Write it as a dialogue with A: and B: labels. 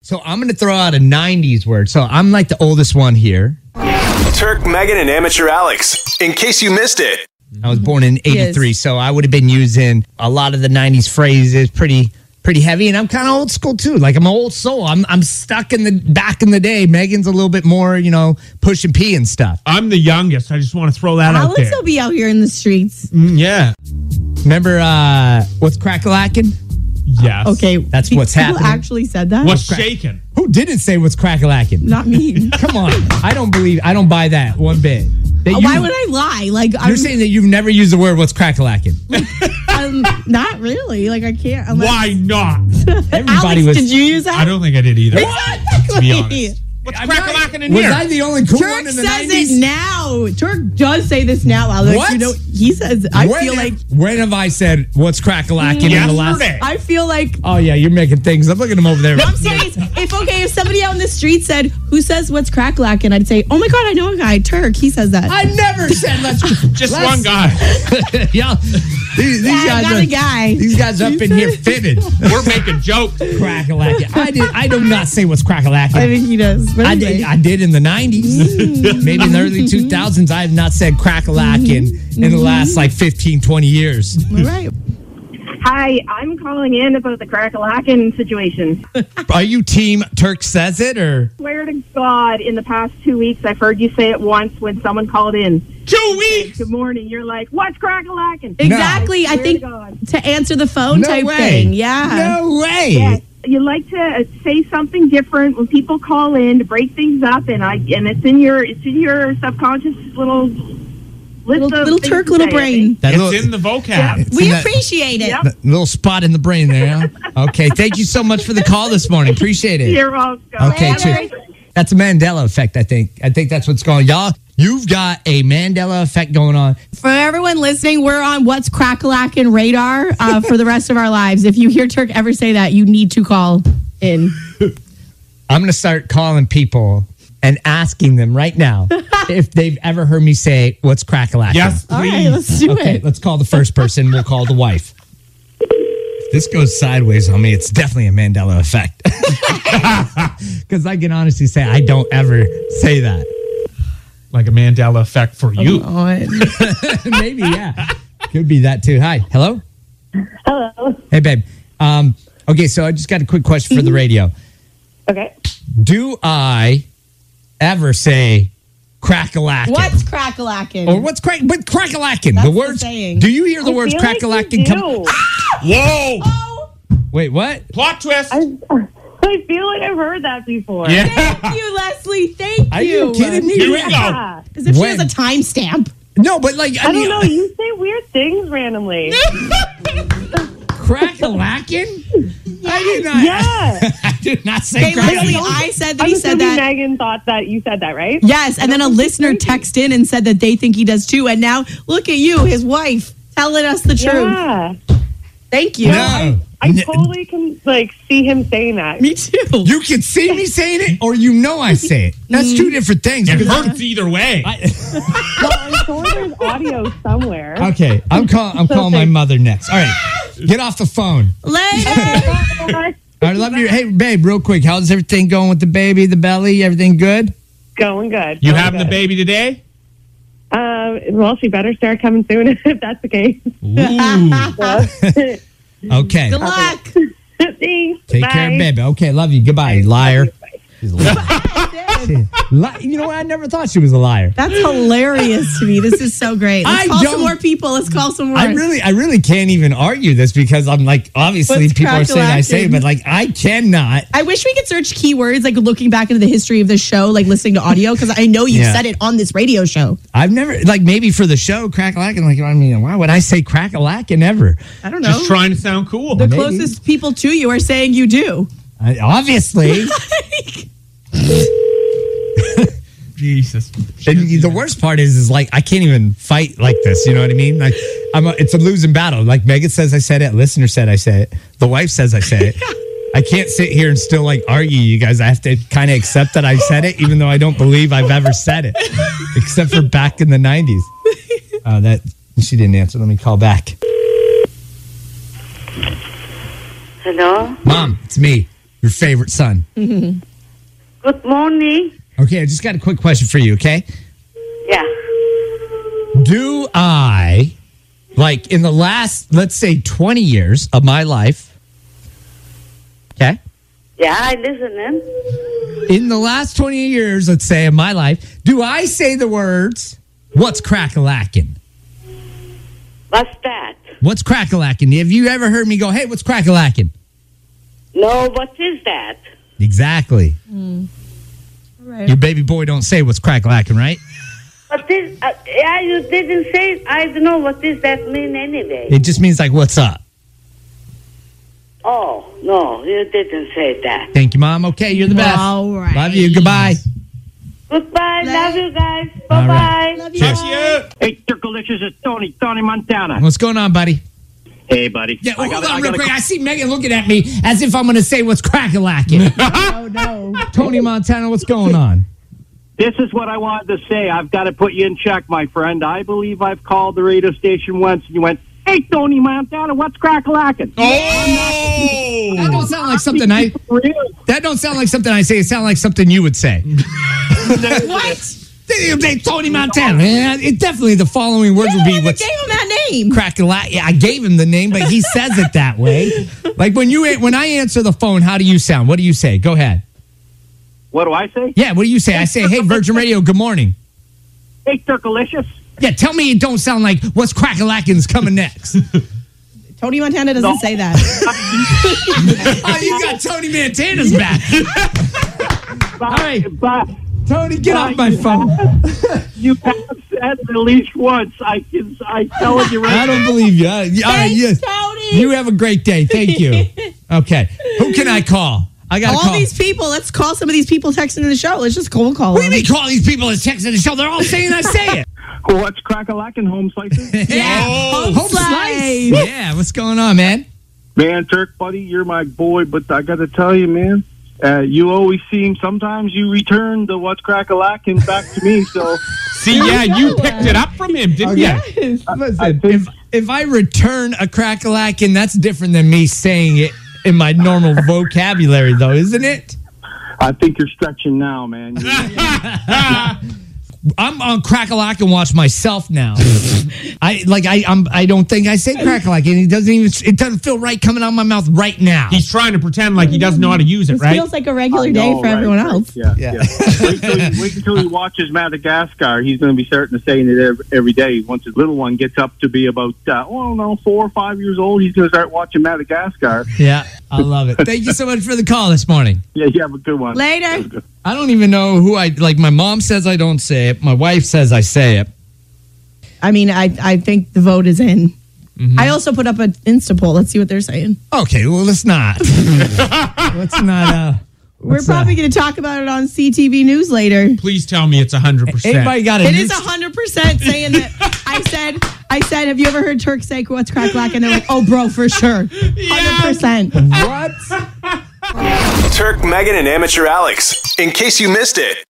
A: So I'm going to throw out a 90s word. So I'm like the oldest one here.
B: Turk, Megan, and Amateur Alex. In case you missed it,
A: I was born in
C: Yes.
A: 83, so I would have been using a lot of the 90s phrases pretty pretty heavy and I'm kind of old school too. Like I'm an old soul. I'm I'm stuck in the back in the day. Megan's a little bit more, you know, push and pee and stuff.
D: I'm the youngest. I just want to throw that out
C: Alex
D: there.
C: will be out here in the streets.
D: Mm, yeah.
A: Remember uh what's crackalacking?
D: Yes.
C: Okay,
A: That's what's
C: people
A: happening.
C: actually said that?
D: What's shaking?
A: Who didn't say what's crackalacking?
C: Not me.
A: Come on. I don't believe I don't buy that one bit. That
C: Why
A: you-
C: would I lie? Like I'm
A: You're saying that you've never used the word what's crackalacking.
C: um, not really. Like I can't. Unless,
D: Why not?
A: Everybody
C: Alex,
A: was
C: did you use that?
D: I don't think I did either.
C: Exactly.
D: To be honest. What's crackalacking in
A: Was
D: here?
A: I the only cool
C: Turk
A: one in the
C: says
A: 90s?
C: it now. Turk does say this now, Alex.
A: What?
C: You know, he says. I
A: when
C: feel
A: have,
C: like.
A: when have I said what's crackalacking in the last?
D: Yesterday.
C: I feel like.
A: Oh yeah, you're making things. I'm looking them over there.
C: I'm serious. if okay, if somebody out in the street said, "Who says what's crack lacking?" I'd say, "Oh my god, I know a guy, Turk. He says that."
A: I never said let's.
D: Just
A: let's-
D: one guy.
A: yeah, these, these
C: yeah, I
A: guys
C: got
A: are,
C: a guy.
A: These guys up in here fitted.
D: We're making jokes.
A: crackalacking. I did. I do not say what's crackalacking.
C: I Mm. think he does. But
A: I did.
C: anyway.
A: I did in the '90s, maybe in the early 2000s. I have not said crackalacking in the last like 15, 20 years.
C: All right.
E: Hi, I'm calling in about the crack-a-lackin' situation.
A: Are you team Turk says it or?
E: Swear to God, in the past two weeks, I've heard you say it once when someone called in.
D: Two weeks.
E: Good morning. You're like, what's crack-a-lackin'?
C: Exactly. I
E: Swear to
C: think
E: God.
C: to answer the phone
A: No
C: type
A: way.
C: thing. Yeah.
A: No way.
E: Yes. You like to uh, say something different when people call in to break things up, and I and it's in your it's in your subconscious little list
C: Little,
E: of
C: little
E: things
C: Turk,
E: to
C: little
E: say, I
C: brain.
E: think.
A: That little-
D: It's in the vocab.
A: it's in
C: We
A: that-
C: appreciate it.
E: Yep.
A: That little spot in the brain there. huh? Okay, thank you so much for the call this morning. Appreciate it.
E: You're welcome.
A: Okay, cheers. That's a Mandela effect, I think. I think that's what's going on. Y'all, you've got a Mandela effect going on.
C: For everyone listening, we're on what's crackalackin' radar uh, for the rest of our lives. If you hear Turk ever say that, you need to call in.
A: I'm going to start calling people and asking them right now if they've ever heard me say, What's crackalacking?
D: Yes,
C: All right,
D: please.
C: let's do
A: Okay,
C: it.
A: let's call the first person. We'll call the wife. If this goes sideways on me. It's definitely a Mandela effect. Because I can honestly say I don't ever say that.
D: Like a Mandela effect for you.
C: Oh,
A: Maybe, yeah. Could be that too. Hi. Hello?
F: Hello. Mm-hmm.
A: Hey, babe. Um, okay, so I just got a quick question for the radio.
F: Okay.
A: Do I ever say crackalackin?
C: What's crackalackin'?
A: Or what's crack? But crackalackin.
C: That's
A: The
C: the
A: words.
C: saying.
A: do you hear the words
F: I feel like
A: crackalackin?
F: you
A: Come.
F: do.
D: Whoa.
C: Oh,
A: Wait, what?
D: Plot twist.
F: I feel like I've heard that before.
D: yeah.
C: thank you, Leslie. Thank
A: Are
C: you.
A: you kidding me?
D: Here we
A: Crack-
D: go.
F: Yeah.
C: As if
A: When?
C: she has a timestamp.
A: No, but like I,
F: I
A: mean, uh,
F: don't know. You say weird things randomly.
A: crackalackin. I did not.
F: yeah.
A: I did not say
C: Hey,
A: crack-
C: Leslie, I said that
F: I'm
C: he said that.
F: assuming Megan thought that you said that, right?
C: Yes, and then a listener texted in and said that they think he does too. And now look at you, his wife, telling us the truth.
F: Yeah.
C: Thank you.
A: No.
F: I
A: N-
F: totally can like see him saying that.
C: Me too.
A: You can see me saying it, or you know I say it. That's
F: Mm.
A: two different things.
D: It
A: because I-
D: hurts either way.
A: I-
F: Well, I'm sure there's audio somewhere.
A: okay, I'm calling. I'm calling my mother next. All right, get off the phone.
C: Later.
A: I love you. Hey, babe, real quick, how's everything going with the baby, the belly? Everything good?
F: Going good.
D: You
F: going
D: having the
F: good.
D: baby today?
F: Um, well, she better start coming soon if that's the case.
D: Ooh.
A: Okay.
C: Good luck.
F: Thanks.
A: Take
F: Bye.
A: care, baby. Okay, love you. Goodbye, liar. She's a liar. Li- you know what? I never thought she was a liar.
C: That's hilarious to me. This is so great. Let's
A: I
C: call
A: don't-
C: some more people. Let's call some more.
A: I really, I really can't even argue this because I'm like, obviously,
C: What's
A: people are saying I say, it,
C: crackalacking?
A: but like, I cannot.
C: I wish we could search keywords, like looking back into the history of the show, like listening to audio, because I know you
A: Yeah.
C: have said it on this radio show.
A: I've never, like, maybe for the show, crack a lacking. Like, I mean, why would I say crack a lacking ever?
C: I don't know.
D: Just trying to sound cool.
C: the
A: maybe.
C: closest people to you are saying you do.
A: I, obviously.
D: Jesus.
A: And the worst part is, is like I can't even fight like this. You know what I mean? Like I'm, a, it's a losing battle. Like Megan says, I said it. Listener said, I said it. The wife says, I said it. I can't sit here and still like argue, you guys. I have to kind of accept that I said it, even though I don't believe I've ever said it, except for back in the '90s. Uh, that she didn't answer. Let me call back.
G: Hello?
A: Mom, it's me. your favorite son.
F: Good morning.
A: Okay, I just got a quick question for you, okay?
F: Yeah.
A: Do I, like in the last, let's say 20 years of my life, okay?
F: Yeah, I listen in.
A: In the last 20 years, let's say, of my life, do I say the words, what's crack a lacking?
F: What's that?
A: What's crack a lacking? Have you ever heard me go, hey, what's crack a lacking?
F: No, what is that?
A: Exactly. Your baby boy don't say what's crack lacking, right?
F: What is? Uh, yeah, you didn't say. it. I don't know what does that mean anyway.
A: It just means like, what's up?
F: oh no, you didn't say that.
A: Thank you, mom. Okay, you're the best.
C: All right.
A: Love you. Goodbye.
F: Goodbye. Love you guys.
A: All
F: Bye
A: right.
F: bye.
C: Love you.
D: Cheers. Yeah.
G: Hey, Circlelicious, it's Tony, Tony Montana.
A: What's going on, buddy?
G: Hey, buddy.
A: Yeah,
G: I
A: hold
G: got a- I
A: on
G: got
A: real
G: a-
A: quick. I see Megan looking at me as if I'm going to say what's crack a lacking.
C: Oh, no.
A: Tony Montana, what's going on?
G: This is what I wanted to say. I've got to put you in check, my friend. I believe I've called the radio station once, and you went, "Hey, Tony Montana, what's crack lacking?"
A: Oh. That
D: Oh!
A: don't sound like something I.
G: Really?
A: That don't sound like something I say. It sounds like something you would say. what? They, they- Tony Montana. Yeah, it definitely the following words would
C: You're the
A: be
C: one that
A: what's
C: gave him that name.
A: crack a lot. Yeah, I gave him the name, but he says it that way. Like when you when I answer the phone, how do you sound? What do you say? Go ahead.
G: What do I say?
A: Yeah, what do you say? I say, "Hey, Virgin Radio, good morning."
G: Hey, Circlelicious.
A: Yeah, tell me it don't sound like what's crack a lackin's coming next.
C: Tony Montana doesn't say that.
A: oh, you got Tony Montana's back.
G: Bye.
A: right.
G: Bye.
A: Tony, get off my phone.
G: You have said it at least once. I can. I tell you
A: I
G: right.
A: don't believe you. Uh, you- All right, yes.
C: Tony.
A: You have a great day. Thank you. Okay. Who can I call? I got to
C: All
A: call.
C: these people. Let's call some of these people texting the show. Let's just cold call
A: what do you
C: them.
A: mean call these people as texting the show? They're all saying I say it.
G: What's crack a lacking, home slices?
A: Yeah.
D: Oh.
A: Hope slice. Yeah, what's going on, man?
G: Man, Turk, buddy, you're my boy, but I got to tell you, man, uh, you always seem, sometimes you return the what's crack a lacking back to me. So
D: See, yeah, you picked it up from him, didn't you?
A: Listen, if, if I return a crack a and that's different than me saying it in my normal vocabulary, though, isn't it?
G: I think you're stretching now, man.
A: I'm on crack a and watch myself now. I like I I'm, I don't think I say crack a and it doesn't even it doesn't feel right coming out of my mouth right now.
D: He's trying to pretend like he doesn't know how to use it,
C: This
D: right?
C: feels like a regular
G: I
C: day
G: know,
C: for
G: right,
C: everyone
G: right,
C: else.
G: Yeah,
A: Yeah.
G: yeah. wait, till he, wait till he watches Madagascar. He's going to be starting to saying it every, every day. Once his little one gets up to be about, uh, oh, I don't know, four or five years old, he's going to start watching Madagascar.
A: Yeah, I love it. Thank you so much for the call this morning.
G: Yeah, you have a good one.
C: Later.
A: I don't even know who I like. My mom says I don't say it. My wife says I say it.
C: I mean, I, I think the vote is in.
A: Mm-hmm.
C: I also put up an Insta poll. Let's see what they're saying.
A: Okay, well let's not. let's not. Uh,
C: We're probably going to talk about it on CTV News later.
D: Please tell me it's 100%.
A: anybody got a
C: It
A: new
C: is hundred percent saying that. I said, I said, have you ever heard Turk say what's crack lack? And they're like, oh, bro, for sure, hundred percent.
A: what?
B: Turk, Megan, and Amateur Alex. In case you missed it.